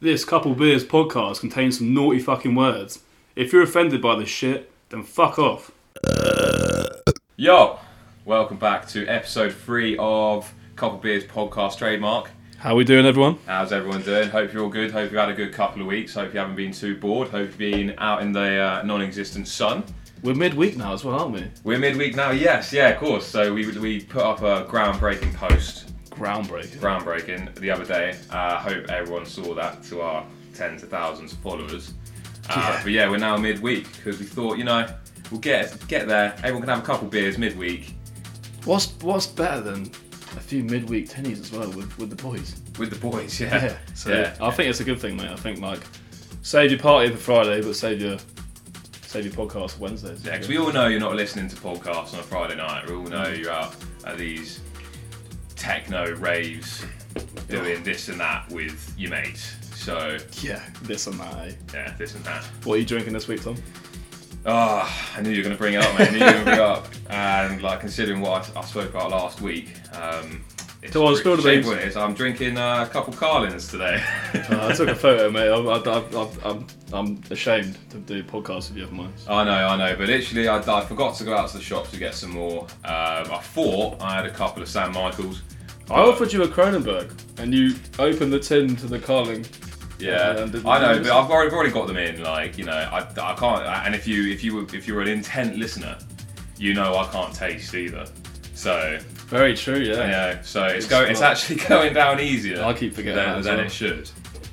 This Couple Beers podcast contains some naughty fucking words. If you're offended by this shit, then fuck off. Yo, welcome back to episode three of Couple Beers Podcast Trademark. How we doing, everyone? How's everyone doing? Hope you're all good. Hope you had a good couple of weeks. Hope you haven't been too bored. Hope you've been out in the uh, non-existent sun. We're midweek now as well, aren't we? We're midweek now. Yes, yeah, of course. So we we put up a groundbreaking post, Groundbreaking. groundbreaking the other day. uh, hope everyone saw that to our tens of thousands of followers. Uh, Yeah. But yeah, we're now midweek because we thought, you know, we'll get get there. Everyone can have a couple beers midweek What's what's better than a few midweek tinnies as well with, with the boys? with the boys. Yeah. Yeah, So I think it's a good thing, mate. I think like save your party for Friday, but save your save your podcast for Wednesdays. Yeah, 'cause we all know you're not listening to podcasts on a Friday night. We all know Mm. you're out at these techno raves doing this and that with your mates. So, Yeah, this and that. eh? yeah, this and that. What are you drinking this week, Tom? Ah, I knew you were going to bring it up, man. I knew you were going to bring it up. And, like, considering what I, I spoke about last week, um, it's Go on, pretty spill the shameful, beans. isn't it? So I'm drinking uh, a couple Carlins today. Uh, I took a photo, mate. I'm, I, I, I'm, I'm ashamed to do podcasts with you for mine. I know, I know, but literally, I, I forgot to go out to the shops to get some more. Um, I thought I had a couple of San Michaels. I offered you a Cronenberg, and you opened the tin to the Carling. Yeah, And didn't I know, use but it. I've already, I've already got them in. Like you know, I, I can't. And if you if you were, if you're an intent listener, you know I can't taste either. So Very true, yeah. you know, so it's It's go it's not- actually going down easier. I keep forgetting that than, as than well. it should.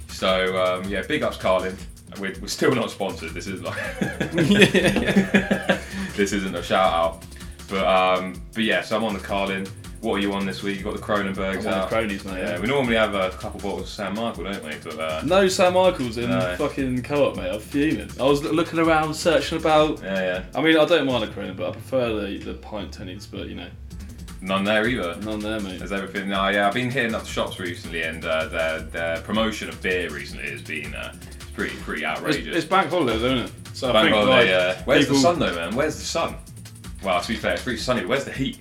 So um, yeah, big ups, Carlin. We're, we're still not sponsored. This is like this isn't a shout out, but um, but yeah. So I'm on the Carlin. What are you on this week? You got the Cronenbergs I'm on the out. Cronies, mate, yeah. we normally have a couple bottles of San Michael, don't we? But uh, No Sam Michaels in No. fucking co-op, mate. I'm fuming. I was l- looking around, searching about. yeah, yeah. I mean, I don't mind a Cronenberg. I prefer the, the pint tinnies, but you know, None there either. none there, mate. There's everything. No, yeah, I've been hitting up the shops recently, and uh, their their promotion of beer recently has been uh, pretty pretty It's, outrageous. it's bank holidays, isn't it? So I Bang think on like, the, uh, where's people- the sun though, man? Where's the sun? Well, to be fair, it's pretty sunny. Where's the heat?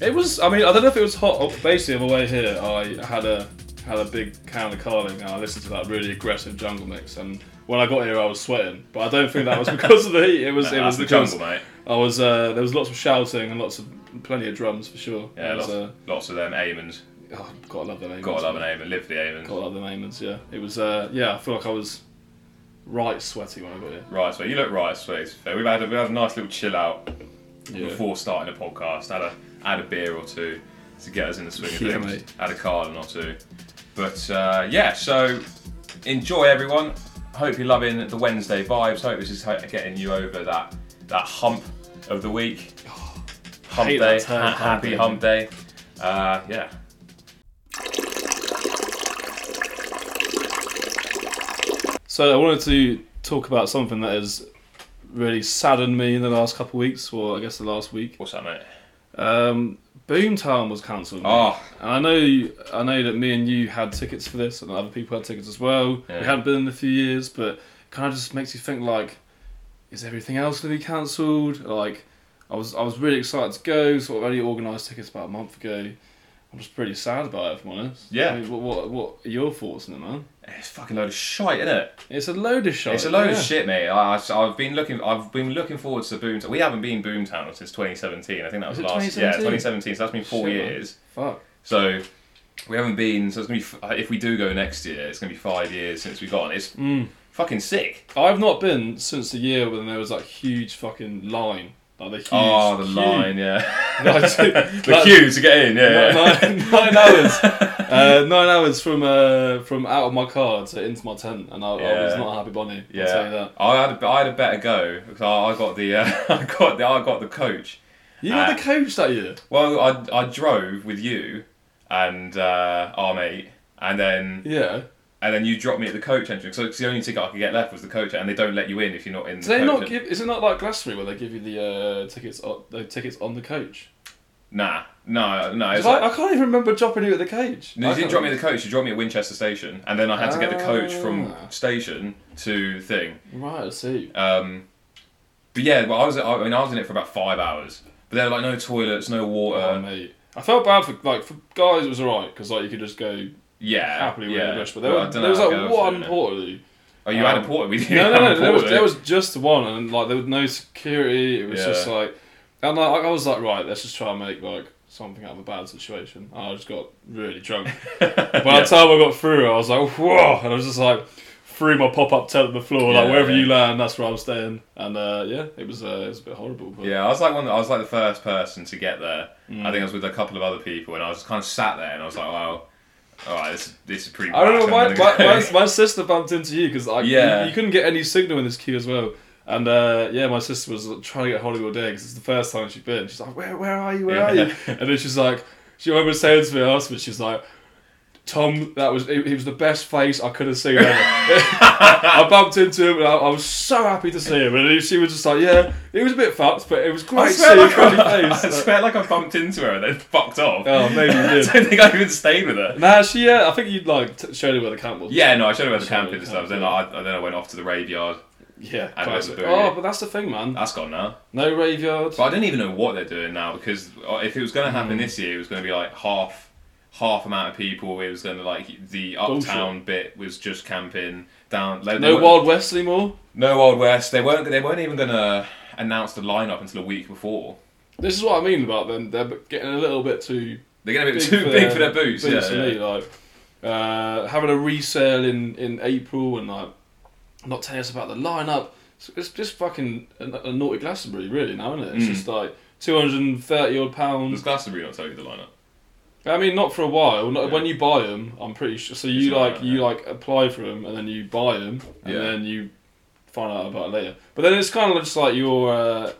It was. I mean, I don't know if it was hot. Or basically, on the way here, I had a had a big can of Carling, and I listened to that really aggressive jungle mix. And when I got here, I was sweating, but I don't think that was because of the heat. It was. It That's was the because jungle, mate. I was. Uh, there was lots of shouting and lots of plenty of drums for sure. Yeah, It was, lots, uh, lots of them Amons. oh, gotta love the Amons. Gotta love an Amon. Live the Amons. Gotta love the Amons. Yeah, it was. Uh, yeah, I feel like I was right sweaty when I got here. Right, so you look right, so it's fair. We've had a, we had a nice little chill out Yeah. before starting the podcast. Had a had a beer or two to get us in the swing of Yeah, things. mate. Had a card or two, but uh, yeah. So enjoy everyone. Hope you're loving the Wednesday vibes. Hope this is ho- getting you over that that hump of the week. Hump hate day, that term, ha- hump happy day. hump day. Uh, yeah. So I wanted to talk about something that has really saddened me in the last couple of weeks, or I guess the last week. What's that, mate? Um, Boomtown was cancelled. mate. Oh, And I know, I know that me and you had tickets for this, and other people had tickets as well. Yeah. We hadn't been in a few years, but kind of just makes you think like, is everything else going to be cancelled? Like, I was, I was really excited to go. Sort of only organised tickets about a month ago. I'm just pretty sad about it, if I'm honest. Yeah. I mean, what, what, what are your thoughts on it, man? it's a fucking load of shite, isn't it? It's a load of shit. It's a load yeah. of shit, mate. I, I- I've been looking. I've been looking forward to Boomtown. We haven't been Boomtown since 2017. I think that Was was, it last. Yeah, 2017? 2017. So that's been four Shit, man. years. Fuck. So we haven't been. So it's gonna be. f- uh, If we do go next year, it's gonna be five years since we've gone. It's Mm. fucking sick. I've not been since the year when there was that huge fucking line, like the huge. Ah, the queue. line, yeah. Like, the queue to get in, yeah. yeah. nine, nine hours. Uh, nine hours from uh, from out of my car to into my tent, and I, I was Yeah. not a happy bunny. Yeah, I'll tell you that. I had a, I had a better go because I, I got the uh, I got the I got the coach. You were Uh, the coach that year. Well, I, I drove with you and uh, our mate, and then Yeah. and then you dropped me at the coach entrance. So it's the only ticket I could get left was the coach, and they don't let you in if you're not in. Do the they coach not en- give? Is it not like Glastonbury where they give you the uh, tickets? On, the tickets on the coach. Nah, no, no. It's 'Cause like, I, I can't even remember dropping you at the cage. no, I you didn't can't drop me at the coach. You dropped me at Winchester Station, and then I had to get the coach from Ah. station to thing. remember. Right, I see. Um, but yeah, well, I was. I mean, I was in it for about five hours. But there were like no toilets, no water. Oh, mate. I felt bad for like for guys. It was alright because like you could just go yeah, happily yeah. yeah. the bush. But there, Well, I were, don't there was know how like girls do one it. portaloo. Oh, you had um, a port. We did. No, no, no. There was, there was just one, and like there was no security. It was Yeah. just like, and like, I was like, right, let's just try and make like something out of a bad situation. And I just got really drunk. By the time I got through, I was like, whoa, and I was just like, threw my pop up tent at the floor, Yeah, like wherever yeah. you land, that's where I'm staying. And uh, yeah, it was uh, it was a bit horrible. But Yeah, I was like one. I was like the first person to get there. I Mm. think I was with a couple of other people, and I was kind of sat there, and I was like, "Wow, all right, this this is pretty." I don't know. whack, My, I'm gonna my, go." my, my sister bumped into you because Yeah. yeah. you, you couldn't get any signal in this queue as well. And uh, yeah, my sister was trying to get hold of you all day because it's the first time she'd been. She's like, "Where, where are you? Where are Yeah. you?" And then she's like, she remember saying to me afterwards, she's like, "Tom, that was he, he was the best face I could have seen ever." I bumped into him and I, I was so happy to see him. And he- she was just like, "Yeah, it was a bit fucked, but it was I great swear, seeing like your I, face." I swear, like I bumped into her and then fucked off. oh, maybe you I did. don't think I even stayed with her. Nah, she. Uh, I think you'd like t- showed her where the camp was. Yeah, no, I showed her where the Sorry, camping and can't stuff. Then do I, I then I went off to the graveyard. yeah. And classic. it was a booty. Oh, but that's the thing, man. That's gone now. No graveyard. But I don't even know what they're doing now because uh, if it was going to happen Mm. this year, it was going to be like half half amount of people. It was going to like the uptown bit was just camping down. Like, they No weren't- Wild West anymore. no Wild West. They weren't. They weren't even going to announce the lineup until a week before. This is what I mean about them. They're getting a little bit too They're going to be too big for their boots. for yeah, me, like uh, having a resale in in April and like not telling us about the lineup. It's, it's just fucking a, a naughty Glastonbury, really. Now, isn't it? It's Mm. just like two hundred and thirty odd Does pounds. Glastonbury not tell you the lineup? I mean, not for a while. Not, Yeah. When you buy them, I'm pretty sure. So It's you not like that, you yeah. like apply for them and then you buy them and Yeah. then you find out about it later. But then it's kind of just like your uh,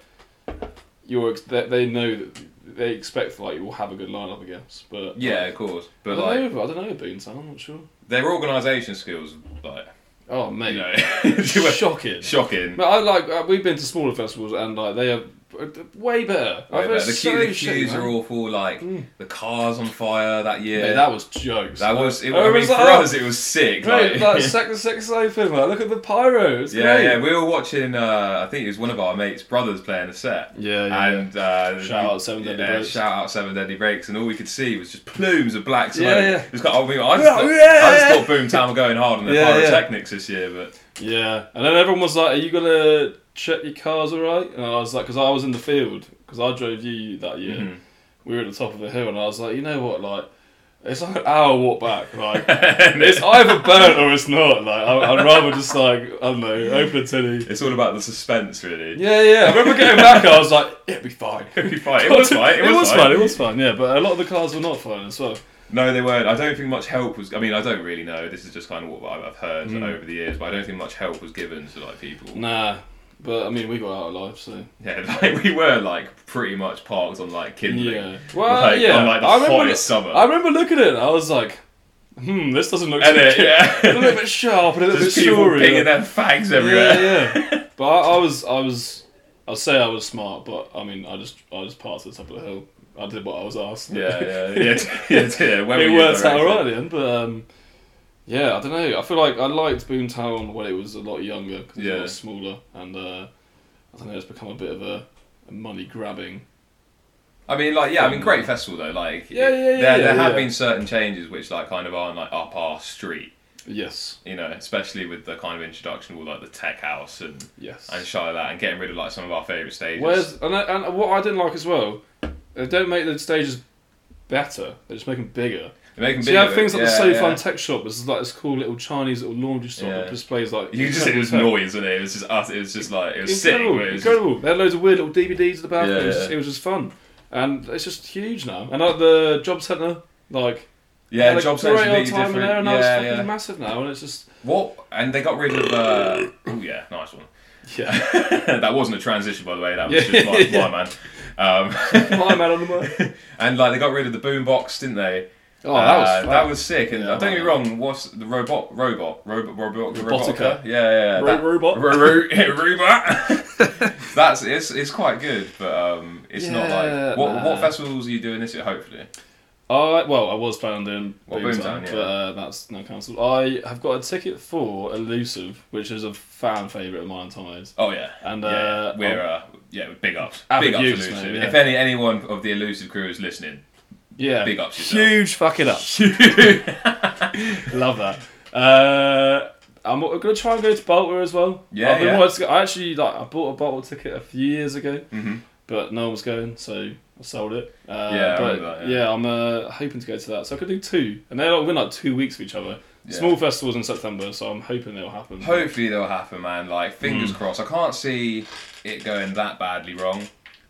your ex- they, they know that they expect like you will have a good lineup, I guess. But Yeah, of course. I But don't like know. I don't know Boontown. I'm not sure. their organisation skills, like Oh mate, you know, they were shocking. shocking. But I like uh, we've been to smaller festivals and like they are uh, way better. Right, I've but heard the, so queue, the shit, queues man. are awful. Like Mm. the cars on fire that year. Mate, that was jokes. That was, it, I I mean, was for like, oh, us, it was sick. Great, like- like second six open. Like look at the pyro. It's yeah, great. yeah, we were watching. Uh, I think it was one of our mates' brothers playing a set, Yeah, and uh, Shout out Seven Deadly yeah, Breaks. Shout out Seven Deadly Breaks, and all we could see was just plumes of black smoke. Yeah, yeah. It was quite, I, mean, I just thought, I just thought Boomtown were going hard on their Yeah, yeah. pyrotechnics this year, but Yeah. And then everyone was like, "Are you gonna check your cars all right?" And I was like, "Cause I was in the field, cause I drove you that year. Mhm. We were at the top of the hill, and I was like, you know what, like." It's like an hour walk back. Like it's either burnt or it's not. Like I, I'd rather just like I don't know, open a tinny. it's all about the suspense, really. Yeah, yeah. I remember getting back. I was like, it'll be fine. It'd be fine. It was fine. It was, fine. It was fine. Yeah, but a lot of the cars were not fine as well. No, they weren't. I don't think much help was. I mean, I don't really know. This is just kind of what I've I've heard Hmm. over the years, but I don't think much help was given to like people. Nah, but I mean, we got out alive, so. Yeah, like we were like pretty much parked on like kindling. Yeah. Well, like, yeah. On like the I remember- hottest summer. I remember looking at it and I was like, hmm, this doesn't look and too it, good. a yeah. little bit sharp and a little There's bit people shory. pinging their fags yeah, everywhere. yeah. But I, I was, I was, I'll say I was smart, but I mean, I just, I just passed the top of the hill. I did what I was asked. yeah, yeah, yeah. yeah, yeah. When it were you worked out directed? alright in the end, but um, yeah, I don't know. I feel like I liked Boomtown when it was a lot younger, 'cause it Yeah. was a lot smaller, and uh, I don't know, it's become a bit of a, a money grabbing. I mean, like, yeah, I mean, great festival though. Like, Yeah, yeah, yeah, There, there yeah, have yeah. been certain changes which, like, kind of aren't like up our street. Yes, You know, especially with the kind of introduction of all like the tech house and yes. and shit like that, and getting rid of like some of our favorite stages. Whereas and, I- and what I didn't like as well, they don't make the stages better; they just make them bigger. They make them So you have bigger, things like the yeah, So yeah. Fun Tech Shop, which is like this cool little Chinese little laundry store Yeah. that displays like You just it was noise, wasn't it? It was just us. It was just like it was sick. incredible, but it was just- incredible. They had loads of weird little DVDs at the back. Yeah, it, was yeah. Just, it was just fun, and it's just huge now. And like the job centre, like Yeah, had a job great centre's completely old time different. in there, and now it's yeah, fucking yeah. massive now, and it's just What? And they got rid of. Uh... Oh yeah, nice one. yeah, that wasn't a transition, by the way. That was Yeah, just my, yeah. my man. Um, my man on the mic. and like they got rid of the boom box, didn't they? Oh, that was Uh, fun. that was sick. And Yeah, uh, don't get me man. wrong. What's the robot? Robot? Robot? Robot? Robotica. Yeah, yeah. yeah. Ro- That- robot. Ro- ro- robot. That's it's it's quite good, but um, it's not Yeah, like what nah. what festivals are you doing this year? Hopefully, I well, I was planning on doing Well, Boomtown, Boomtown, yeah. but uh, that's no cancelled. I have got a ticket for Elusive, which is a fan favourite of mine, Tommy's. Oh yeah, And yeah, uh, we're uh, yeah, big ups, Avid big ups, users, elusive. mate, yeah. If any anyone of the elusive crew is listening, oh, yeah, big ups yourself. huge fucking ups. Love that. Uh, I'm gonna try and go to Baltimore as well. Yeah, I've been yeah. wanting to go- I actually like I bought a bottle ticket a few years ago, hmm but no one was going, so I sold it. Uh, Yeah, I but remember that, yeah. I'm uh, hoping to go to that, so I could do two, and they're like, within like two weeks of each other. Yeah. Small festivals in September, so I'm hoping it'll happen. Hopefully they'll happen, man. Like Hmm. fingers crossed. I can't see it going that badly wrong,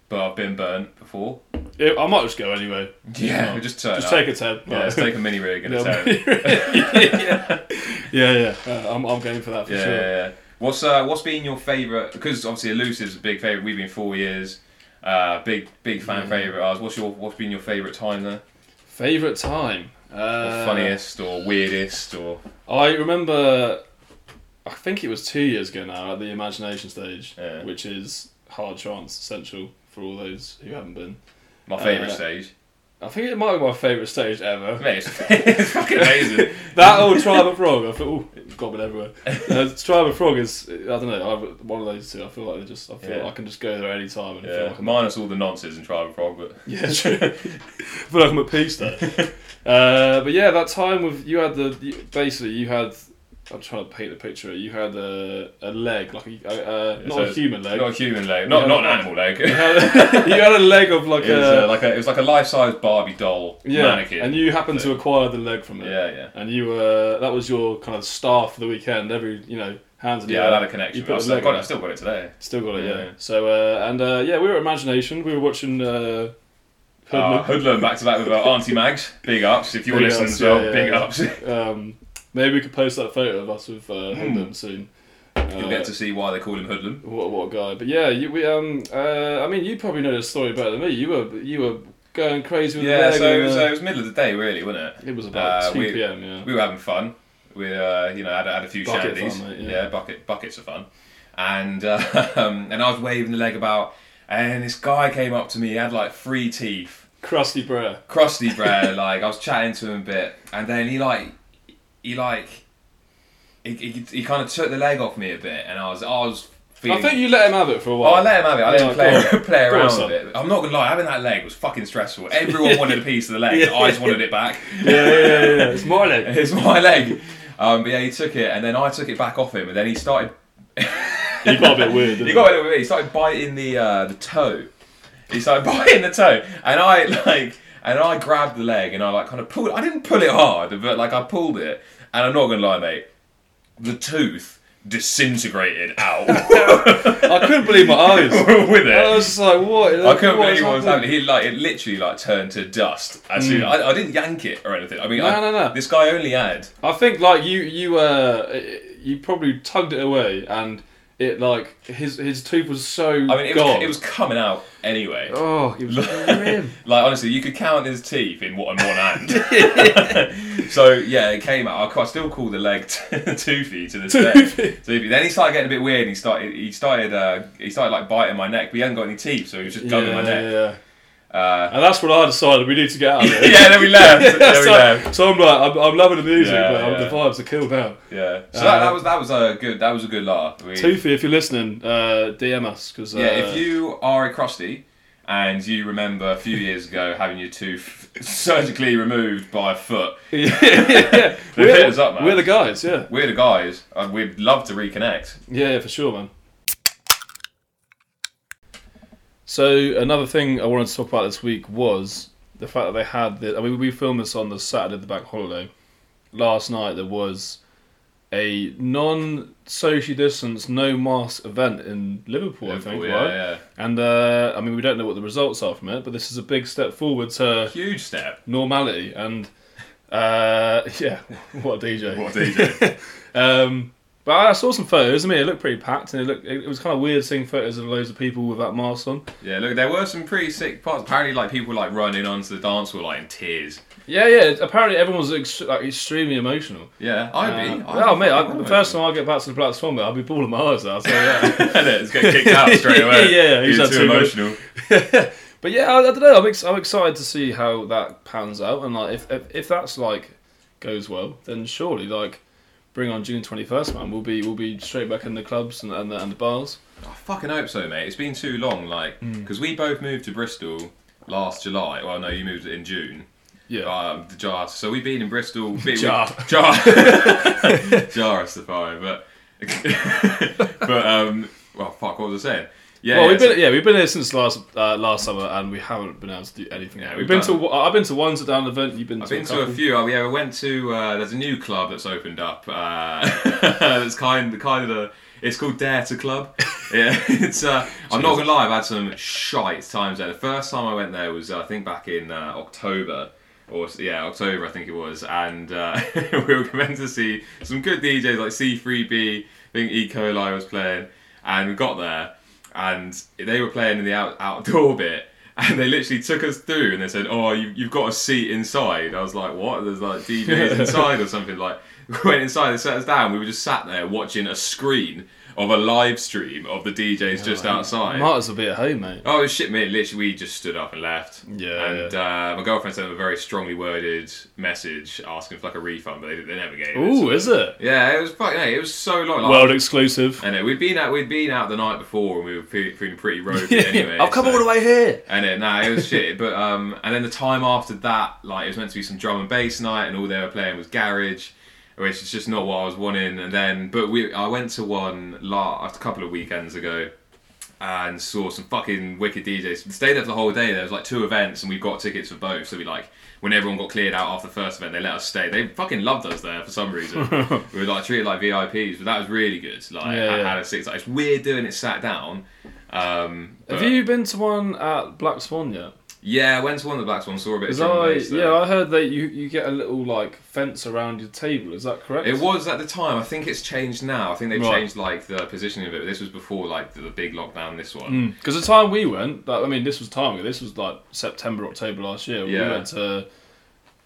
but I've been burnt before. Yeah, I might just go anyway. Yeah, Well, just turn Just up. take a ten. yeah, let's take a mini rig and a yeah, turn. yeah, yeah. Uh, I'm, I'm going for that for Yeah, sure. yeah, yeah. What's uh, what's been your favourite? Because obviously Elusive's a big favourite. We've been four years. Uh, big big fan Hmm. favourite. Ours. What's your what's been your favourite time there? Favorite time? Or Uh, funniest or weirdest or I remember, I think it was two years ago now at the Imagination stage, Yeah. which is hard trance essential for all those who haven't been. my favourite Uh, stage. I think it might be my favourite stage ever. Mate, it's, it's fucking amazing. That old Tribe of Frog, I feel, ooh, it's got it everywhere. Uh, Tribe of Frog is, I don't know, I've, one of those two. I feel like they just, I feel Yeah. like I can just go there any time and feel yeah, like I'm, minus all the nonsense and Tribe of Frog, but yeah, true. I feel like I'm at peace there. Uh, but yeah, that time with you had the you, basically you had. I'm trying to paint the picture. You had a, a leg, like a, a, a not So a human leg. not a human leg, not Yeah, not an no. animal leg. you, had, you had a leg of like It was, uh, a, like a, it was like a life-size Barbie doll yeah, mannequin. and you happened to acquire the leg from it. yeah, yeah, And you were that was your kind of star for the weekend. Every you know hands in the yeah. air. I had a connection. You But I put a still leg. got it. on I it. still got it today. Still got it. Yeah. Yeah. So uh, and uh, yeah, we were at imagination. We were watching. Uh, Uh, Hoodlum. Hoodlum back to back with uh, Auntie Mags. Big ups. If you're Big listening ups, as well, yeah, yeah, big yeah. ups. um, maybe we could post that photo of us with uh, Hmm. Hoodlum soon. You'll Uh, get to see why they call him Hoodlum. What what a guy? But yeah, you, we um uh, I mean you probably know this story better than me. You were you were going crazy with the Yeah, leg so it and, was, uh, uh, it was middle of the day, really, wasn't it? it was about uh, two we- p.m. Yeah. We were having fun. We, uh, you know, had, had a few Bucket shandies. fun, mate, yeah. yeah. bucket buckets of fun. And uh, and I was waving the leg about, and this guy came up to me. He had like three teeth. Crusty Brer. crusty bro like i was chatting to him a bit and then he like he like he, he, he kind of took the leg off me a bit and i was i was feeling I think you let him have it for a Oh, I while. let him have it. I let Yeah, him play, go play Go on, around son. with it. I'm not gonna lie, having that leg was fucking stressful. Everyone wanted a piece of the leg. Yeah. I just wanted it back. yeah, yeah, yeah, yeah. It's my leg. It's my leg. Um, but yeah, he took it, and then I took it back off him, and then he started He got a bit weird. Didn't He got it with me. He started biting the uh, the toe. He started biting the toe, and I like, and I grabbed the leg, and I like kind of pulled. I didn't pull it hard, but like I pulled it, and I'm not gonna lie, mate. The tooth disintegrated out I couldn't believe my eyes. with I it. was just like, what? I couldn't what believe is what happening? Mm. was happening. He like it literally like turned to dust. As soon, I, I didn't yank it or anything. I mean, No, I- no, no. This guy only had I think like you you uh you probably tugged it away and it like his his tooth was so I mean, it gone. was, it was coming out anyway. oh it was grim. Like honestly, you could count his teeth in one, on one hand. so yeah, it came out. I ca- I still call the leg t- toothy to this day. Toothy. Toothy. Then he started getting a bit weird. And he started. He started. Uh, he started like biting my neck, but he hadn't got any teeth, so he was just Yeah, gumming yeah, my neck. yeah. Uh, And that's what I decided we need to get out of it. yeah. Then we left. Then we so, left. so I'm like, I'm, I'm loving the music, Yeah, but I'm- yeah. the vibes are killed now. Yeah. So Uh, that, that was that was a good that was a good laugh. We- Toofy, if you're listening, uh, DM us because uh, yeah. If you are a crusty. And you remember a few years ago having your tooth surgically removed by a foot. yeah, yeah. They we're, hit us up, man. we're the guys, yeah, We're the guys. and We'd love to reconnect. yeah, yeah, for sure, man. So another thing I wanted to talk about this week was the fact that they had. The, I mean, we filmed this on the Saturday of the bank holiday. Last night there was a non-socially distance, no mask event in Liverpool. I think, Liverpool, right? yeah, yeah. And uh, I mean, we don't know what the results are from it, but this is a big step forward to Huge step. normality. And uh, yeah, what a DJ! What a DJ. um, but I saw some photos. I mean, it looked pretty packed, and it looked it was kind of weird seeing photos of loads of people with that mask on. Yeah, look, there were some pretty sick parts. Apparently, like people like running onto the dance floor like in tears. Yeah, yeah. Apparently, everyone was ex- like extremely emotional. Yeah, I'd be. Uh, oh, mate! I, the first time I get back to the Black Swan, mate, I'll be balling my eyes out. So, yeah. it's getting kicked out straight away. Yeah, yeah, he's You're had too too much. emotional. But yeah, I, I don't know. I'm, ex- I'm excited to see how that pans out, and like if, if if that's like goes well, then surely like bring on June 21st, man. We'll be we'll be straight back in the clubs and and the, and the bars. I fucking hope so, mate. It's been too Hmm. long, like, because we both moved to Bristol last July. Well, no, you moved in June. Yeah. Um, the Jar. So we've been in Bristol. we- we- Jar. Jar. jar of Safari, but but um, well, fuck. What was I saying? Yeah. well, yeah, we've so- been yeah we've been here since last uh, last summer, and we haven't been able to do anything. Yeah, Yeah, we've we've been done- to I've been to one sit down event. You've been I've to been a to a couple. few. Uh, yeah, I went to. Uh, there's a new club that's opened up. Uh, that's kind, the kind of the. It's called Dare to Club. Yeah, it's. Uh, I'm not gonna lie. I've had some shite times there. The first time I went there was uh, I think back in uh, October. Or s- yeah, October I think it was, and uh, we were meant to see some good DJs like C3B. I think E. coli was playing, and we got there, and they were playing in the out- outdoor bit, and they literally took us through, and they said, "Oh, you, you've got a seat inside." I was like, "What?" There's like DJs inside or something. Like, we went inside, they set us down. We were just sat there watching a screen of a live stream of the DJs just outside. Might as well be at home, mate. Oh shit, mate! Literally, we just stood up and left. Yeah, And Uh, my girlfriend sent them a very strongly worded message asking for like a refund, but they, they never gave it. Ooh, is it? Oh, Yeah, Oh. it was fucking. Hey, it was so long. Like, World exclusive. I know we'd been out. We'd been out the night before, and we were fe- feeling pretty ropey anyway. I've come so- all the way here. and it, nah, it was shit. But um, and then the time after that, like it was meant to be some drum and bass night, and all they were playing was garage, which is just not what I was wanting. And then, but we, I went to one last a couple of weekends ago, and saw some fucking wicked DJs. We stayed there for the whole day. There was like two events, and we got tickets for both. So we like, when everyone got cleared out after the first event, they let us stay. They fucking loved us there for some reason. we were like treated like VIPs, but that was really good. Like, Yeah, I yeah. had a six. Like, it's weird doing it sat down. Um, Have but- you been to one at Black Swan yet? yeah, I went to one of the black ones, saw a bit of Because drum I and bass there. yeah I heard that you you get a little like fence around your table. Is that correct? It was at the time. I think it's changed now. I think they've Right. changed like the positioning of it. But this was before like the, the big lockdown. This one. Because Hmm. the time we went, that, I mean, this was time ago. This was like September, October last year. Yeah. We went to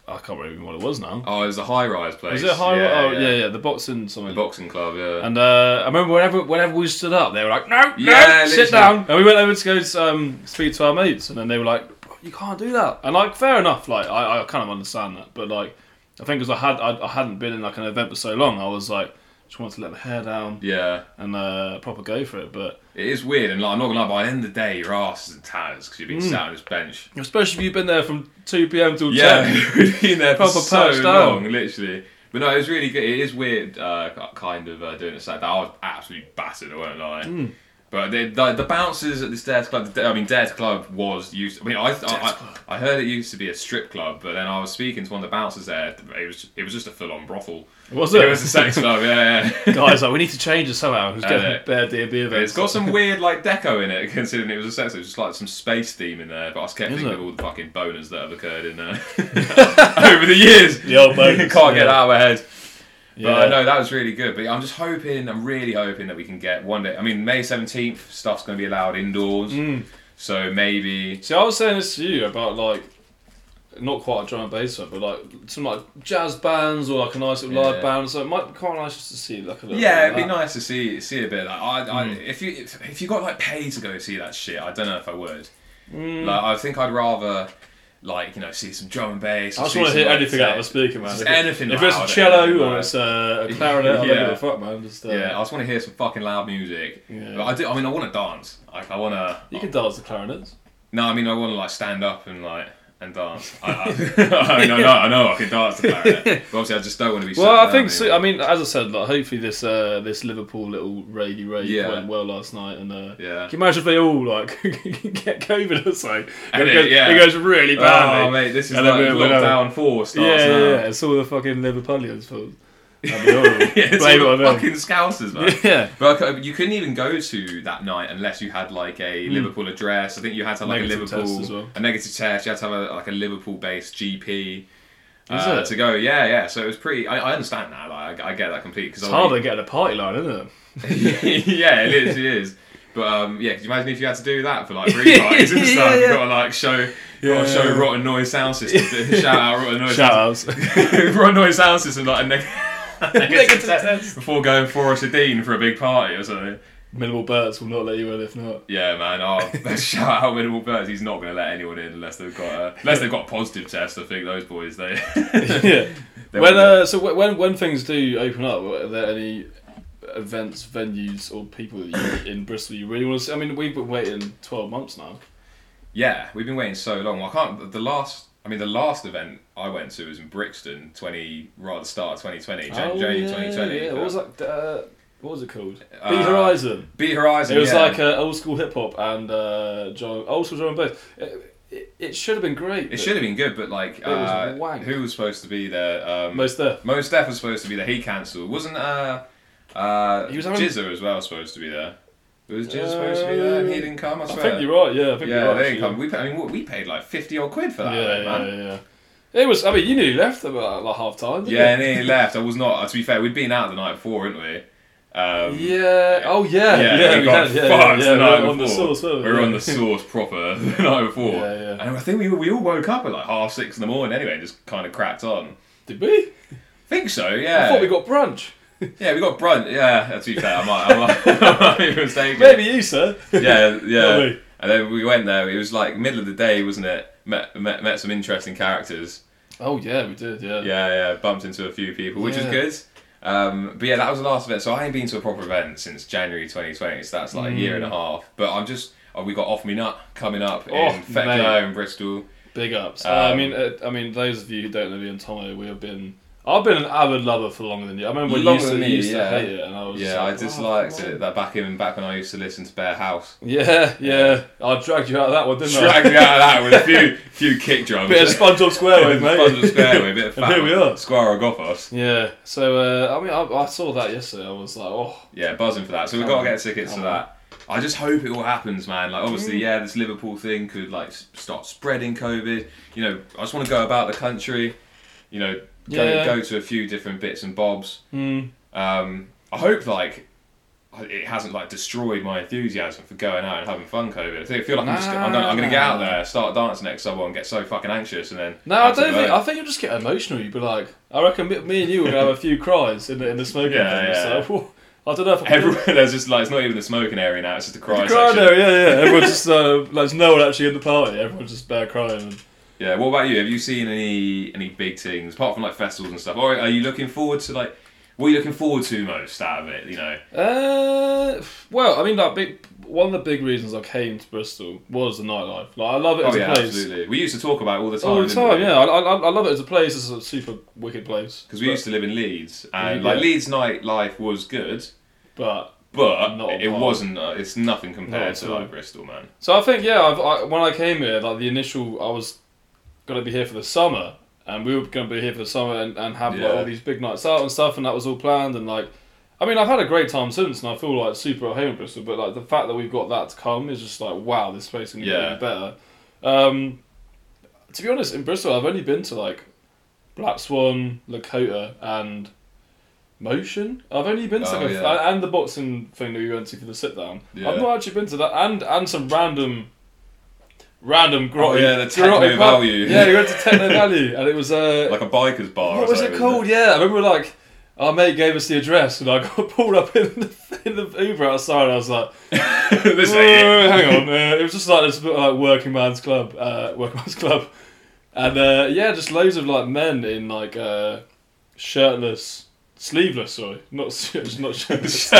I can't remember even what it was now. Oh, it was a high-rise was place. it high? Yeah, oh yeah. yeah, the boxing The something. boxing club. Yeah. And uh, I remember whenever whenever we stood up, they were like, "No, Yeah, no, sit literally. down." And we went over to go um, speak to our mates, and then they were like, "You can't do that." And like, fair enough. Like, I, I kind of understand that, but like, I think because I had I, I hadn't been in like an event for so long, I was like, just wanted to let my hair down yeah. and uh, proper go for it. But It is weird, and like, I'm not gonna lie. By the end of the day, your ass is in tatters because you've Hmm. been sat on this bench. especially if you've been there from two pm till Yeah, ten. we've been there for Proper so perched down. long, literally. But no, it was really good. It is weird, uh, kind of uh, doing it like that. I was absolutely battered. I won't lie. Hmm. But the, the the bouncers at this Dare to Club, I mean Dare to Club was used. I mean I, I, I I heard it used to be a strip club, but then I was speaking to one of the bouncers there. It was it was just a full on brothel. Was It it? was a sex club, yeah. yeah. Guys, like, we need to change it somehow. Just I get know. a bare D&B event. It's got some weird like deco in it, considering it was a sex. It was just like some space theme in there. But I was kept Is thinking it? of all the fucking boners that have occurred in there over the years. The old boners, You can't get yeah. out of my head. But Yeah. uh, no, that was really good. But I'm just hoping, I'm really hoping that we can get one day. I mean, May 17th, stuff's going to be allowed indoors. So maybe. See, I was saying this to you about like not quite a drum and bass one, but like some like jazz bands or like a nice little Yeah. live band. So it might be quite nice just to see like a little. Yeah, bit of it'd be that. nice to see see a bit. Of that. I, I, if you if, if you got like pay to go see that shit, I don't know if I would. Like, I think I'd rather like you know see some drum and bass. I just want to hear anything out of a us. speaker, man. Just If it- anything If it's a loud, cello anything or it's uh, a clarinet, I don't Yeah. give a fuck, man. Just uh, Yeah, I just want to hear some fucking loud music. Yeah. But I do. I mean, I want to dance. Like, I want to. you can dance the clarinets. No, I mean I want to like stand up and like and dance. I, I, I mean, I know, I know I can dance the clarinet, but obviously I just don't want to be. Well, sat I think down so, I mean, as I said, like hopefully this uh, this Liverpool little raidy raid Yeah. went well last night, and uh, Yeah. can you imagine if they all like get COVID or something? And it, it- goes, yeah. it goes really badly. Oh mate, this is And then like we- we know. lockdown four starts yeah, now. yeah, yeah, it's all the fucking Liverpoolians' fault. That'd be horrible. Yeah, it's Blame all it the on them. fucking scousers, man. Yeah. But I cou- you couldn't even go to that night unless you had like a Liverpool address. I think you had to have like Hmm. Negative a Liverpool test as well. a negative test. You had to have a, like a Liverpool-based GP Is uh, it? to go. Yeah, yeah. So it was pretty. I, I understand that. Like, I, I get that completely because It's harder to get a party line, isn't it? yeah, it literally is. But um, yeah, could you imagine if you had to do that for like free parties and stuff? Yeah, You've yeah. got to um, like show, got to Yeah. show Rotten Noise Sound System. Shout out Rotten Noise. Shout outs. Sound- Rotten Noise Sound System like a neg- Negative test. before going for a Dean for a big party or something. Minimal Birds will not let you in if not. Yeah, man. Oh, shout out Minimal Birds. He's not going to let anyone in unless they've got a, unless they've got a positive test. I think those boys they. yeah. They When won't- uh, so wh- when when things do open up, are there any events, venues, or people that you, in Bristol you really want to see? I mean, we've been waiting twelve months now. Yeah, we've been waiting so long. Well, I can't. The last I mean, the last event I went to was in Brixton, twenty, right at the start of 2020, Jan- Oh, January yeah, 2020. Yeah. but- What was that? Uh, what was it called? Uh, Beat Horizon. Beat Horizon. It was yeah. like uh, old school hip hop and uh, John, old school drum and bass. It, it, it should have been great. it should have been good, but like, was uh, wank. who was supposed to be there? Um, Most there. Most Def was supposed to be there. He cancelled. Wasn't uh, uh, He was having- Jizza as well supposed to be there? Was Jizza supposed to be there? And he didn't come. I I swear. think you're right. Yeah, I think yeah, you're right. they didn't actually. come. We, pa- I mean, what- we paid like fifty odd quid for that, yeah, man. yeah, yeah, It was. I mean, you nearly left about like half time. Yeah, and then he left. I was not. To be fair, we'd been out the night before, hadn't we? Um, Yeah. Oh yeah. Yeah, Yeah. we, we got had, yeah, fucked yeah, the yeah, night we were before. on the source. weren't we were yeah. on the source proper the night before. Yeah, yeah. And I think we, we all woke up at like half six in the morning anyway, and just kind of cracked on. Did we? Think so, yeah. I thought we got brunch. yeah, we got brunch. Yeah, to be fair, I might, I might, I might be mistaken. Maybe you, sir. Yeah, Not yeah. me. And then we went there. It was like middle of the day, wasn't it? Met met, met some interesting characters. Oh yeah, we did. Yeah. yeah, yeah, bumped into a few people, which Yeah. was good. Um, but yeah, that was the last event. So I ain't been to a proper event since January 2020. So that's like a year and a half. But I'm just oh, we got off me nut coming up Mm. Oh, in Fecno mate. in Bristol. Big ups. Um, uh, I mean, uh, I mean, those of you who don't know me and Tomo, we have been. I've been an avid lover for longer than you. I remember when you Longer used, to, than you me, used yeah. to hate it, and I was yeah, just like, I "Oh, disliked come on." it. That back in back when I used to listen to Bear House. Yeah, yeah. I dragged you out of that one, didn't Dragged me out of that with a few few I? kick drums. Bit of SpongeBob SquareWave, mate. Sponge of Square with a bit of And fat here we are. Square Gophos. Yeah. So uh, I mean, I, I saw that yesterday. I was like, oh, Yeah, buzzing for that. So we've Come got to on, Mm. get tickets to come that. I just hope it all happens, man. Like obviously, yeah, this Liverpool thing could like s- start spreading COVID. You know, I just want to go about the country. You know, go Yeah. go to a few different bits and bobs. hmm, Um, I hope like it hasn't like destroyed my enthusiasm for going out and having fun. COVID. I think I feel like I'm just I'm gonna, I'm gonna get out there, start dancing next to someone, get so fucking anxious, and then No, I have to don't go. think. I think you'll just get emotional. You'd be like, I reckon me, me and you will have a few cries in the in the smoking Yeah, room. yeah. So, whew, I don't know if I can do Everywhere, there's just like it's not even the smoking area now; it's just the cry The section. crying area, yeah, yeah. Everyone just uh, there's no one actually in the party. Everyone's just bare crying. And... Yeah. What about you? Have you seen any any big things apart from like festivals and stuff? Or are you looking forward to like what are you looking forward to most out of it? You know. Uh, well, I mean, like big, one of the big reasons I came to Bristol was the nightlife. Like, I love it Oh as yeah, a place. absolutely. We used to talk about it all the time. All the time, yeah. I, I, I love it as a place. It's a super wicked place. Because we used to live in Leeds, and Yeah. like Leeds nightlife was good, But but Not it on par. wasn't. Uh, it's nothing Not compared at to all. like Bristol, man. so I think yeah, I've, I, when I came here, like the initial, I was gonna be here for the summer, and we were gonna be here for the summer and, and have like, Yeah. all these big nights out and stuff, and that was all planned. And like, I mean, I've had a great time since, and I feel like super at home in Bristol. But like the fact that we've got that to come is just like wow, this place can Yeah. get even better. Um, to be honest, in Bristol, I've only been to like Black Swan, Lakota, and Motion. I've only been to Oh, like a- yeah. and the boxing thing that we went to for the sit down. Yeah. I've not actually been to that, and and some random, random grotty. Oh, yeah, the grotty Techno pub. Value. Yeah, we went to Techno Value, and it was uh, Like a biker's bar. what or was it something, called? isn't Yeah, I remember like our mate gave us the address, and I got pulled up in the, in the Uber outside. And I was like, it? This "Whoa, ain't it. hang on, uh, it was just like this bit like working man's club, uh, working man's club, and uh, yeah, just loads of like men in like uh, shirtless. Sleeveless, sorry, not sh- not shirtless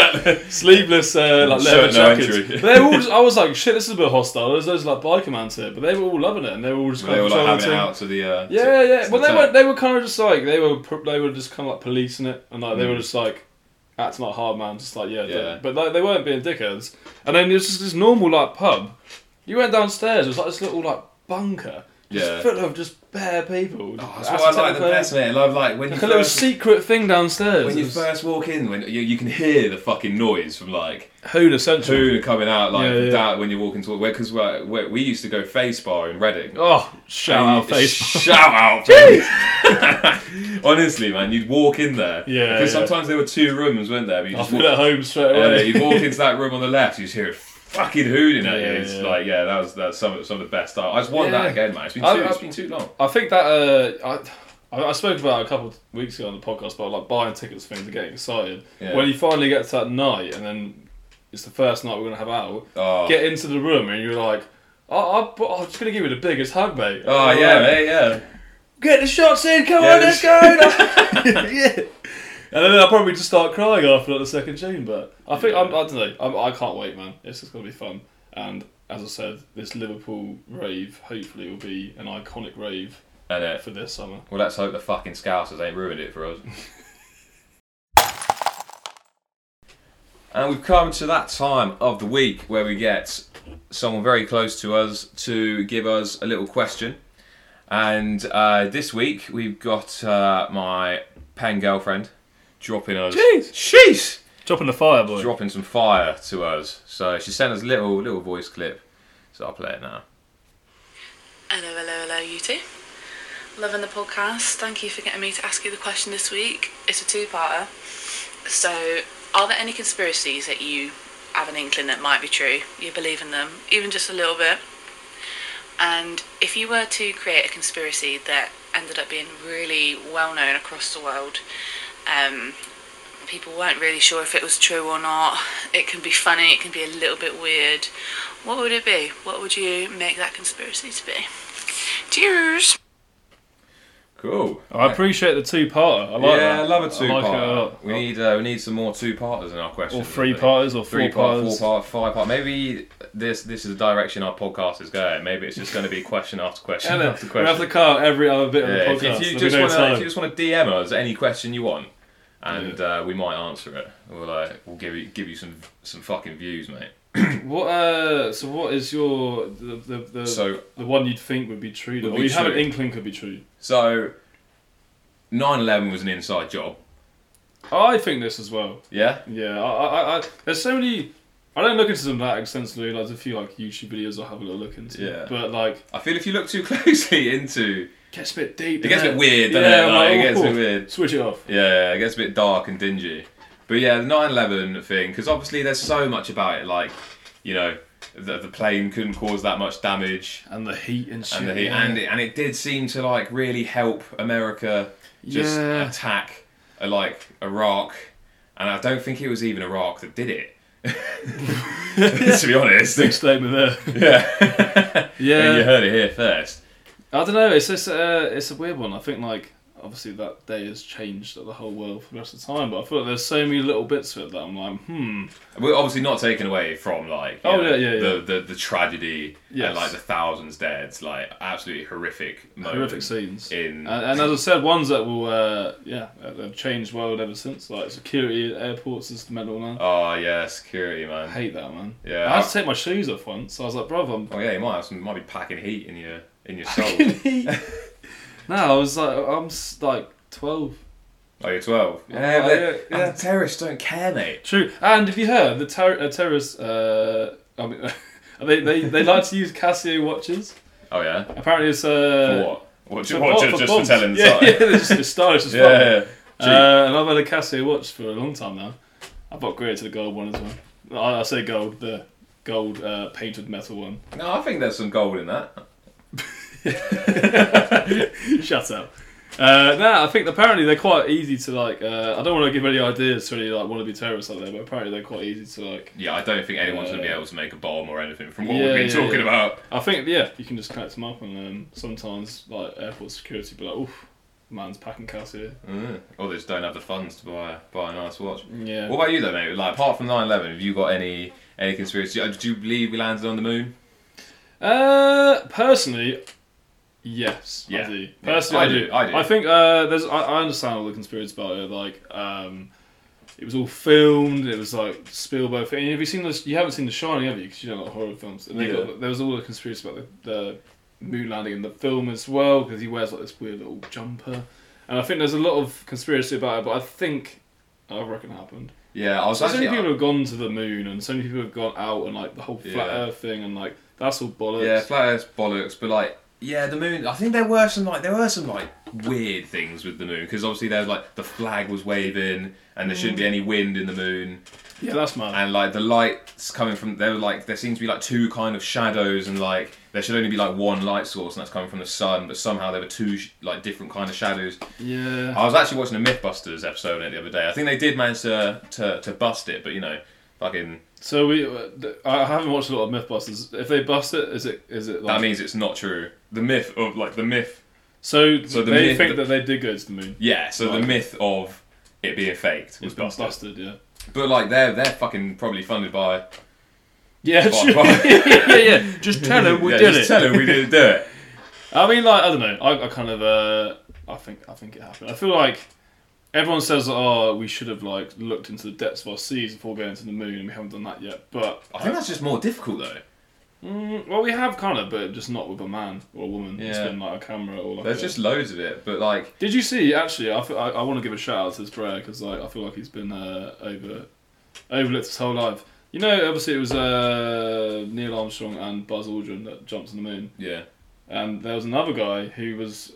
sleeveless uh, like leather Shirt, no jackets. entry. But they were all just, I was like, shit, this is a bit hostile. There's those like biker mans here, but they were all loving it, and they were all just kind they were of like trying having it to- out to the. Uh, to- Yeah, yeah. to Well, the they town. were they were kind of just like they were pro- they were just kind of like policing it, and like they were just like acting like hard man, just like yeah, Mm. Yeah. don't- But like they weren't being dickheads. And then there's just this normal like pub. You went downstairs. It was like this little like bunker. Just Yeah. full of just bare people. Oh, that's what I like the best, mate. I love like when you Like a little first- secret thing downstairs. When It you was first walk in, when you, you can hear the fucking noise from like Hoda Central. tuna coming out, like Yeah, yeah. that when you're walking towards. Because we we- we used to go face bar in Reading. Oh, shout out And you- face. Shout out, face. Honestly, man, you'd walk in there. Yeah, Because yeah. sometimes there were two rooms, weren't there? But you I just feel walk, at home straight yeah, away. you'd walk into that room on the left, you just hear it fucking hooting at you. Yeah, It's yeah. like, yeah, that was that's some of, some of the best time. I just want Yeah. that again, man. It's been, too, I- I- it's been too long. I think that uh, I, I I spoke about it a couple of weeks ago on the podcast about like buying tickets for things and getting excited. Yeah. When you finally get to that night and then it's the first night we're gonna have out, Oh, get into the room and you're like, I, I, but I'm just gonna give you the biggest hug, mate. oh And yeah, I'm like, mate, yeah. Get the shots in, come Yeah, on, let's go. yeah. And then I'll probably just start crying after like, the second tune, but I think I'm, I don't know. I'm, I can't wait, man. It's just gonna be fun. And as I said, this Liverpool rave hopefully will be an iconic rave And it. for this summer. Well, let's hope the fucking Scousers ain't ruined it for us. and we've come to that time of the week where we get someone very close to us to give us a little question. And uh, this week we've got uh, my pen girlfriend dropping us. Jeez. Sheesh! Dropping the fire, boy. Dropping some fire to us. So she sent us a little, little voice clip. So I'll play it now. Hello, hello, hello, you two. Loving the podcast. Thank you for getting me to ask you the question this week. It's a two-parter. So, are there any conspiracies that you have an inkling that might be true? You believe in them, even just a little bit? And if you were to create a conspiracy that ended up being really well known across the world, um, people weren't really sure if it was true or not. It can be funny, it can be a little bit weird. What would it be? What would you make that conspiracy to be? Cheers! Cool. I appreciate the two parter. I like yeah, that. I I love a like it a two-parter. lot. we need uh, we need some more two-parters in our questions. or I three think. parters or Three four part, parters. four part, five part. Maybe this this is the direction our podcast is going. Maybe it's just going to be question after question And after then we have to question. cut out every other bit Yeah, of if, the podcast. if There'll you just be no want to, if time. you just want to DM us any question you want, and uh, we might answer it. We'll uh, we'll give you give you some some fucking views, mate. What? Uh, so what is your the the, the, So the one you'd think would be true, Would or be you have an true. inkling could be true? so, 9/11 was an inside job. Oh, I think this as well. Yeah, Yeah, I, I, I there's so many. I don't look into them that extensively. Like there's a few like YouTube videos I'll have a little look into. Yeah. But like, I feel if you look too closely into, gets a bit deep. it gets a innit? bit weird, doesn't Yeah, it? Like, I'm it gets a like, bit "Ooh, weird. Switch it off. Yeah, it gets a bit dark and dingy. But yeah, the 9 11 thing, because obviously there's so much about it, like, you know, the, the plane couldn't cause that much damage. And the heat and shit. And, the heat, yeah. and, it, and it did seem to like really help America just Yeah. attack uh, like Iraq, and I don't think it was even Iraq that did it. to be honest, Big statement there. yeah, Yeah. you heard it here first. I don't know. It's just uh, it's a weird one. I think like obviously that day has changed the whole world for the rest of the time. But I feel like there's so many little bits of it that I'm like, hmm. We're obviously not taken away from like you Oh, yeah, yeah, the, the the tragedy Yes. and like the thousands dead, like absolutely horrific Horrific moments. scenes. in- and, and as I said, ones that will, uh, yeah, that have changed world ever since. Like security at airports is the medal now. Oh yeah, security I man. hate that man. Yeah. I had to take my shoes off once. I was like, brother, I'm. Oh yeah, you might have some might be packing heat in your in your soul. no, I was like, I'm s- like twelve. oh, you're twelve. Yeah, Yeah, but- but yeah. and terrorists don't care, mate. True. And have you heard the ter- uh, terrorists? Uh, I mean, they they they like to use Casio watches. Oh yeah. Apparently, it's uh, For what? What, For ju- what, bo- ju- for just bombs. for telling the yeah, side? yeah, it's, it's stylish as Yeah, fuck. yeah, yeah. Uh, and I've had a Casio watch for a long time now. I've upgraded to the gold one as well. I, I say gold, the gold uh, painted metal one. Gee. No, I think there's some gold in that. Shut up. Uh, no, I think apparently they're quite easy to like. Uh, I don't want to give any ideas to any like wannabe terrorists out there, but apparently they're quite easy to like. Yeah, I don't think anyone's gonna be Uh, able to make a bomb or anything from what yeah, we've been yeah, talking yeah. about. I think yeah, you can just connect them up, and um, sometimes like airport security, be like, oof, man's packing Casio. Mm. Or they just don't have the funds to buy buy a nice watch. Yeah. What about you though, mate? Like apart from 9/11, have you got any any conspiracy? uh, Do you believe we landed on the moon? Uh, personally, yes, Yeah. I do. Yeah, Personally, I I, do. do, I do. think uh, there's. I, I understand all the conspiracies about it. Like, um, it was all filmed. It was like Spielberg. Thing. Have you seen this? You haven't seen The Shining, have you? Because you don't like horror films. And they Yeah. got, there was all the conspiracy about the, the moon landing in the film as well because he wears like this weird little jumper. And I think there's a lot of conspiracy about it, but I think I reckon it happened. Yeah, I was So many actually. people have gone to the moon, and so many people have gone out, and like the whole flat Yeah. Earth thing, and like that's all bollocks. yeah, flat Earth's bollocks, but like, yeah, the moon. I think there were some like there were some like weird things with the moon because obviously there was like the flag was waving and there Mm. shouldn't be any wind in the moon Yeah, that's mad. and like the lights coming from there were like there seems to be like two kind of shadows and like there should only be like one light source and that's coming from the sun but somehow there were two sh- like different kind of shadows Yeah. I was actually watching a MythBusters episode on it the other day. I think they did manage to to, to bust it, but you know, fucking So we, uh, th- I haven't watched a lot of MythBusters. If they bust it, is it is it like that means it's not true. The myth of like the myth, so? So the they myth- think that they did go to the moon. yeah. So Right. the myth of it being faked was It's been busted. busted. Yeah. But like they're they're fucking probably funded by. Yeah. by, sure. by yeah. Yeah. Just tell them we yeah, did just it. tell them we didn't do it. I mean, like I don't know. I, I kind of uh, I think I think it happened. I feel like everyone says, "Oh, we should have like looked into the depths of our seas before going to the moon, and we haven't done that yet." But I think that's just more difficult though. Mm, well, we have kind of, but just not with a man or a woman. It's Yeah. been like a camera or like. There's a- just loads of it, but like Did you see? Actually, I, feel, I, I want to give a shout out to this player because like, I feel like he's been uh, over overlooked his whole life. You know, obviously it was uh, Neil Armstrong and Buzz Aldrin that jumped on the moon, yeah, and there was another guy who was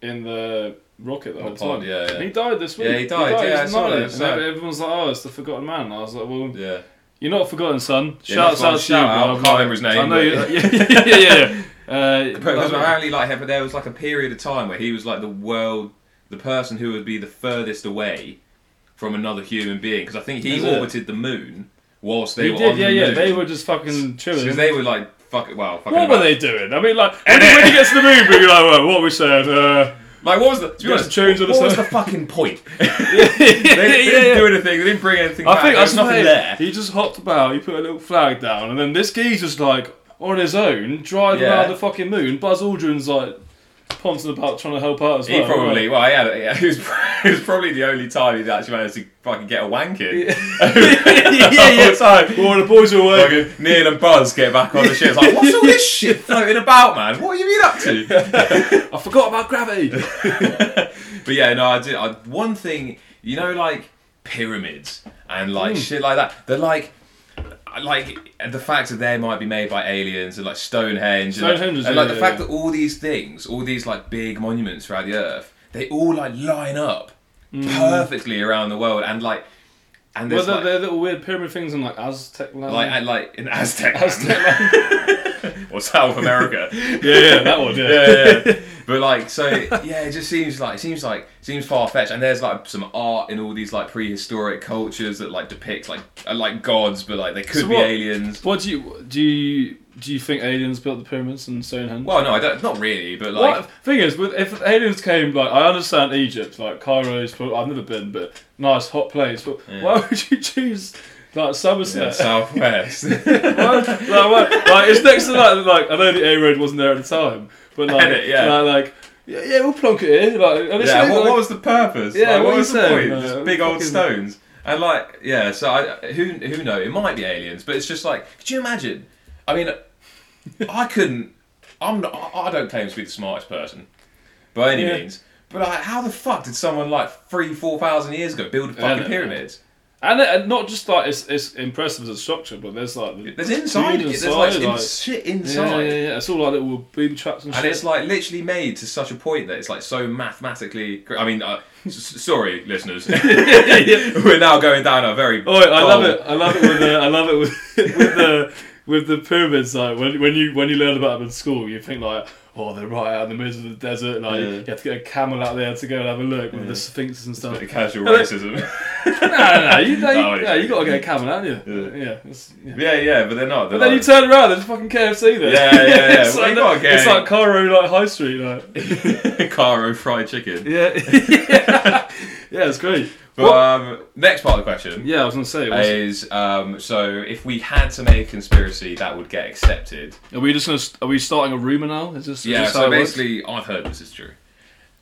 in the rocket the whole The pod, time. yeah, yeah. And he died this week. Yeah, he died, He yeah, I was saw that, gnarly. I saw And that. everyone's like, "Oh, it's the forgotten man." And I was like, "Well, yeah. you're not forgotten, son. Yeah, Shouts that's one out to you." shout bro. out. I can't remember his name, I know. but- you yeah, yeah, yeah. yeah. Uh, Because apparently, like, have- there was like a period of time where he was like the world, the person who would be the furthest away from another human being. Because I think he Is it? orbited the moon whilst they he were did, on yeah, the yeah. moon. They were just fucking chilling. because they were like fuck well, fucking What were about- they doing? I mean, like, everybody gets to the moon, but you're like, well, what we said, uh... Like, what was the? To be Just honest, change what, it or was the something. fucking point? yeah, They, they yeah, didn't yeah. do anything. They didn't bring anything. I back. think there I was nothing swear, there. he just hopped about, he put a little flag down, and then this guy's just, like, on his own, driving Yeah. around the fucking moon. Buzz Aldrin's, like, ponting about trying to help out as well. He probably right? well, yeah, yeah. It was, it was probably the only time he actually managed to fucking get a wank in. yeah, yeah, The whole yeah. time. Well, the boys are away. Fucking Neil and Buzz get back on the ship. It's like, what's all this shit floating about, man? What have you been up to? I forgot about gravity. but yeah, no, I did. I, one thing, you know, like pyramids and like Hmm. shit like that. They're like. Like the fact that they might be made by aliens and like Stonehenge, and, like- Stonehenge, and yeah, like the yeah, fact yeah. that all these things, all these like big monuments throughout the earth, they all like line up perfectly around the world, and like, and Hmm. well, there's they're, like, they're little weird pyramid things in, like, Aztec land. like, and, like in Aztec, Aztec or South America. yeah, yeah, that one, yeah. yeah, yeah. But like, so yeah, it just seems like it seems like it seems far fetched. And there's like some art in all these like prehistoric cultures that like depict like are, like gods, but like they could So be what- aliens. What do you... Do you... Do you think aliens built the pyramids and Stonehenge? Well, no, I don't. Not really, but like. Well, thing is, with, if aliens came, like I understand Egypt, like Cairo's, pro- I've never been, but nice hot place. But why would you choose like Yeah, Somerset? Southwest. Why would- like, why- like, it's next to that. Like I know the A road wasn't there at the time, but like, Had it, yeah. like, like, yeah, yeah, we'll plonk it in. Like, honestly, yeah, what, like, what was the purpose? Yeah, what Like, what you was the saying? point? No, Just big old fucking- stones. And like, yeah, so I, who who know? It might be aliens, but it's just like, could you imagine? I mean, I couldn't. I'm not. I- I don't claim to be the smartest person by any Yeah. means. But like, how the fuck did someone like three, four thousand years ago build fucking no. pyramids? and, it- and not just like it's, it's impressive as a structure, but there's like the There's inside. food There's like, inside, in- like- shit yeah, inside. yeah, yeah. It's all like little booby traps and, And shit. it's like literally made to such a point that it's like so mathematically. cor- I mean, uh, s- s- sorry, listeners. We're now going down a very. Oh, I love dull- it. I love it with the. I love it with, with the with the pyramids. Like when, when you when you learn about them in school, you think like, oh, they're right out in the middle of the desert. Like Yeah. you have to get a camel out there to go and have a look with the sphinxes and stuff. Bit of casual Hello. racism. no, no, no, you, no, No, you, it's- no, you gotta get a camel, haven't you? Oh, Yeah. Yeah. it's- yeah. yeah, yeah, but they're not. They're But then you like- turn around, there's fucking KFC there. Yeah, yeah, yeah. it's, Well, like, you gotta get it's it. like Cairo, like High Street, like. Caro fried chicken. Yeah, yeah, it's great. But um, next part of the question yeah, I was gonna say, what's- is um, so if we had to make a conspiracy, that would get accepted. are we just gonna? st- Are we starting a rumor now? Is this? is Yeah. this how So it works? basically, I've heard this is true.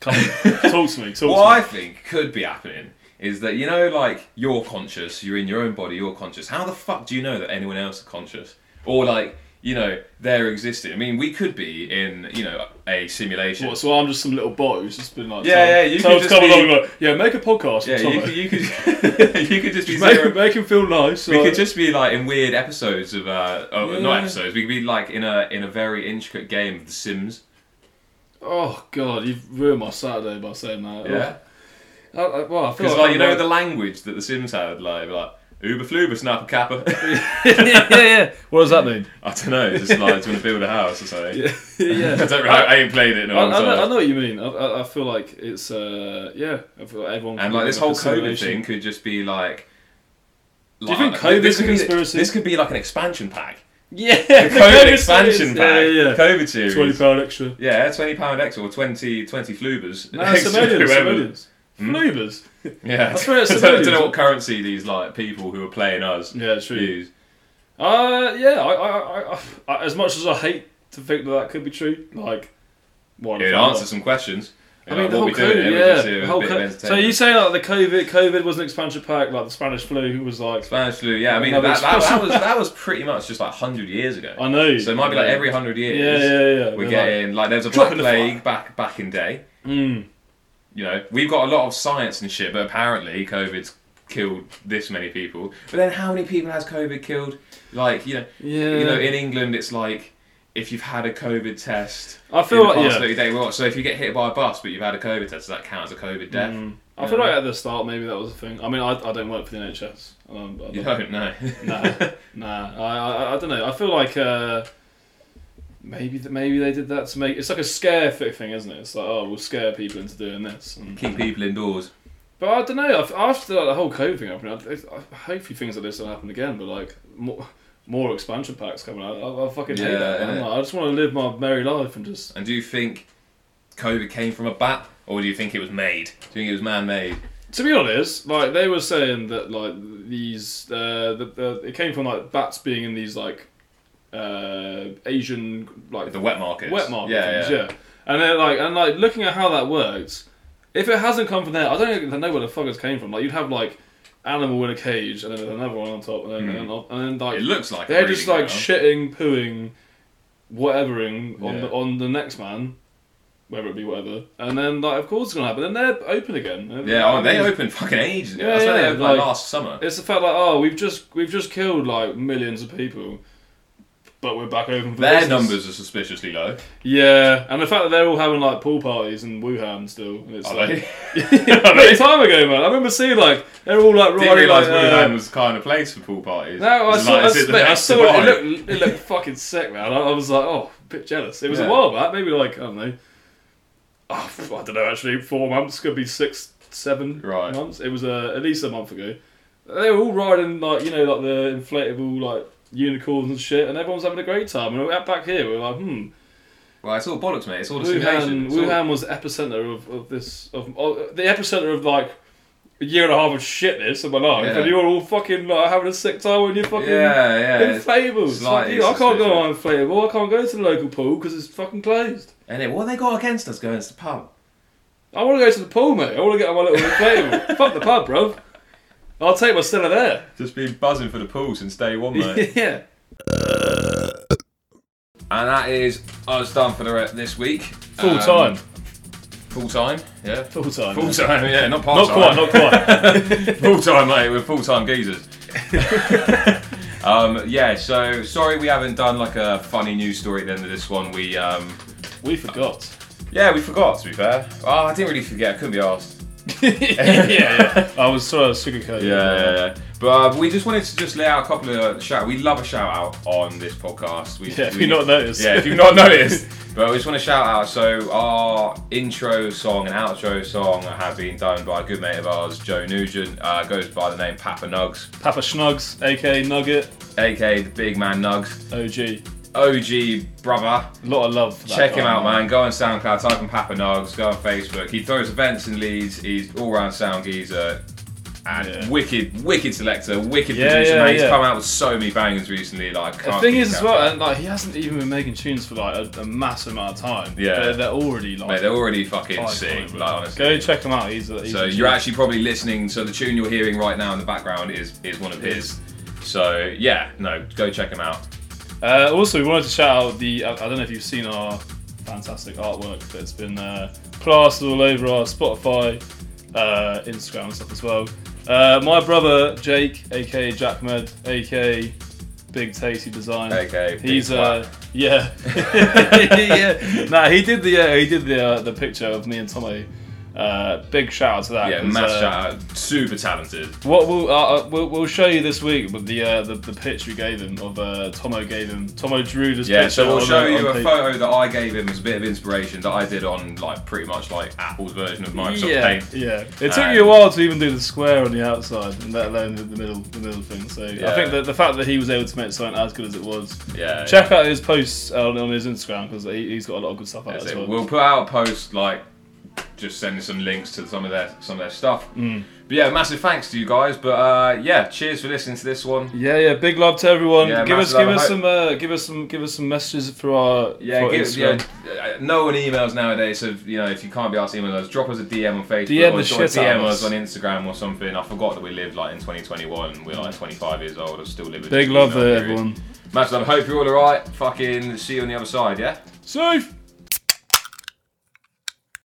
Come on, talk to me. Talk What to I think could be happening is that you know, like you're conscious, you're in your own body, you're conscious. How the fuck do you know that anyone else is conscious, or like you know they're existing? I mean, we could be in you know a simulation. me. What, so I'm just some little bot who's just been like, Yeah, tell- yeah, you tell could us just come be- along, like, yeah, make a podcast. yeah, Yeah, you could, you could you could just be zero. make, make him feel nice. We like- could just be like in weird episodes of uh, oh, Yeah. not episodes. We could be like in a in a very intricate game of The Sims. oh god, you've ruined my Saturday by saying that. Yeah, Oh, I- I- well, I feel because like, like you know I'm the language that The Sims had, like like Uber Fluber Snapper Kappa. yeah, yeah, yeah. What does that mean? I don't know. It's just like to build a house or something. yeah, I yeah. don't know. I, I ain't played it in a I, I long time. know, I know what you mean. I, I, I feel like it's uh, yeah. I feel like everyone And can like be this whole COVID simulation. thing could just be like. Do you think COVID's a conspiracy? This could be like an expansion pack. Yeah, A the COVID series. expansion pack. Yeah, yeah. yeah. COVID series. Twenty pound extra. Yeah, twenty pound extra or 20, 20 flubers. No, extra, civilians, whoever. Hmm? civilians, Flubers. Yeah, I swear it's I don't, I don't civilians. know what currency these like people who are playing us Yeah, true. use. Uh, yeah. I, I, I, I, as much as I hate to think that that could be true, like one. It fella. answers some questions. I mean, the what whole we doing COVID, here yeah. is just the a whole bit co- of so entertainment. you say like the COVID, COVID was an expansion pack, like the Spanish flu was like, Spanish flu, yeah. I mean, that, Another that, that expression. was that was pretty much just like hundred years ago. I know. So it might be like every hundred years. Yeah, yeah, yeah. We're They're getting like, there's a black dropping the plague back back in day. Mm. You know, we've got a lot of science and shit, but apparently COVID's killed this many people. But then, how many people has COVID killed? Like, you know, Yeah. you know, in England, it's like if you've had a COVID test. I feel in the like- past yeah. 30 day, well, so if you get hit by a bus but you've had a COVID test, does that count as a COVID death? I feel like at the start maybe that was a thing. I mean, I, I don't work for the NHS. Um, I You don't- don't know. nah, nah. I, I, I don't know. I feel like uh, maybe th- maybe they did that to make it's like a scare fi- thing, isn't it? It's like oh, we'll scare people into doing this. And, Keep people indoors. but I don't know. I've- After like, the whole COVID thing happened, I, I, hopefully things like this don't happen again. But like more more expansion packs coming out. I, I fucking hate Yeah, that. man. innit? Like, I just want to live my merry life and just. And do you think COVID came from a bat, or do you think it was made? Do you think it was man-made? To be honest, like they were saying that like these uh, the, the it came from like bats being in these like uh, Asian like The wet markets. wet market Yeah, things, yeah. yeah. And they're like, and like looking at how that works, if it hasn't come from there, I don't even know where the fuck it's came from. Like you'd have like animal in a cage, and then another one on top, and then and, then, and then like Hmm. It looks like a they're just breeding like ground. shitting, pooing, whatevering on Yeah. the on the next man, whether it be whatever, and then like of course it's gonna happen. Then they're open again. Yeah, oh, they open. opened fucking ages ago. Yeah, I swear they yeah, opened like, like- last summer. It's the fact like oh we've just we've just killed like millions of people, but we're back open for Their business. numbers are suspiciously low. Yeah, and the fact that they're all having like pool parties in Wuhan still. And it's Are like they? a time ago, man. I remember seeing like they're all like Didn't riding realise like. Wuhan Uh, was kind of place for pool parties. no, I It's saw, like, I, is it the mate, I next saw it. divide? It looked, it looked fucking sick, man. I, I was like, oh, a bit jealous. It was Yeah. a while back, maybe like I don't know. Oh, I don't know. Actually, four months could be six, seven Right. months. It was uh, at least a month ago. They were all riding like you know like the inflatable like unicorns and shit, and everyone's having a great time. And out back here, we were like, hmm. Well, it's all bollocks, mate. It's all discrimination. Wuhan, It's all- Wuhan was the epicenter of, of this of, of the epicenter of like a year and a half of shitness of my life, Yeah. and you're all fucking like having a sick time when you're fucking Yeah, yeah. it's- inflatable. It's like, slightly you know, I can't go on suspicious. inflatable. I can't go to the local pool because it's fucking closed. And then what have they got against us going to the pub? I want to go to the pool, mate. I want to get on my little inflatable. Fuck the pub, bro. I'll take my Stella there. Just been buzzing for the pool since day one, mate. yeah. and that is us done for the re- this week. Full Um, time. Full time, yeah. Full time. Full time, yeah, not part Not time. quite, not quite. full time, mate. We're full time geezers. um, yeah, so sorry we haven't done like a funny news story at the end of this one. We, um, we forgot. yeah, we forgot to be fair. Oh, I didn't really forget. I couldn't be asked. yeah, yeah. I was sort of sugarcoated. Yeah, yeah, yeah. But uh, we just wanted to just lay out a couple of shout. We love a shout out on this podcast. We, Yeah, if we- you've not noticed. Yeah, if you've not noticed. But we just want to shout out. So our intro song and outro song have been done by a good mate of ours, Joe Nugent. Uh, goes by the name Papa Nugs, Papa Schnugs, aka Nugget, aka the Big Man Nugs. OG. OG brother. A lot of love. For that Check guy, him out, man. Go on SoundCloud, type in Papa Nogs, go on Facebook. He throws events and leads. He's all round sound geezer. And Yeah. wicked, wicked selector, wicked Yeah, producer, yeah, man. He's yeah. come out with so many bangers recently. Like, I The can't thing keep is, as count. well, and, like he hasn't even been making tunes for like a, a massive amount of time. Yeah. they're, they're already like. Mate, they're already fucking iconic, sick. bro. Like, honestly. uh, Go check him out. He's, a, he's So a you're actually probably listening. So the tune you're hearing right now in the background is is one of his. So yeah, no, go check him out. Uh, also, we wanted to shout out the. I, I don't know if you've seen our fantastic artwork that's been uh, plastered all over our Spotify, uh, Instagram, and stuff as well. Uh, my brother Jake, aka Jack Med, aka Big Tasty Design. Okay, He's uh yeah yeah nah he did the uh, he did the uh, the picture of me and Tommy. Uh, big shout out to that. yeah, 'cause, mass uh, shout out, super talented. What we'll, uh, uh, we'll we'll show you this week with the uh, the, the pitch we gave him of uh, Tomo gave him Tomo drew this Yeah, picture. so we'll on show the- you a on the- photo that I gave him as a bit of inspiration that I did on like pretty much like Apple's version of Microsoft yeah, Paint. yeah. It took Um, you a while to even do the square on the outside, and let alone the, the middle, the middle thing. So Yeah. I think that the fact that he was able to make something as good as it was, Yeah. check Oh, out his posts on, on his Instagram because he, he's got a lot of good stuff out yeah. as So well. We'll put out a post like just sending some links to some of their some of their stuff. Hmm. But yeah, massive thanks to you guys. But uh, yeah, cheers for listening to this one. Yeah, yeah. Big love to everyone. Yeah, give us, massive give love. us some, uh, give us some, give us some messages for our Yeah, for give, yeah, Instagram. uh, no one emails nowadays. So you know, if you can't be asked to email us, drop us a DM on Facebook DM or the sort shit of DM out of us us. on Instagram or something. I forgot that we live like in 2021. We're like 25 years old. and still living. Big love to everyone. Much love. Hope you're all alright. Fucking see you on the other side. Yeah. Safe.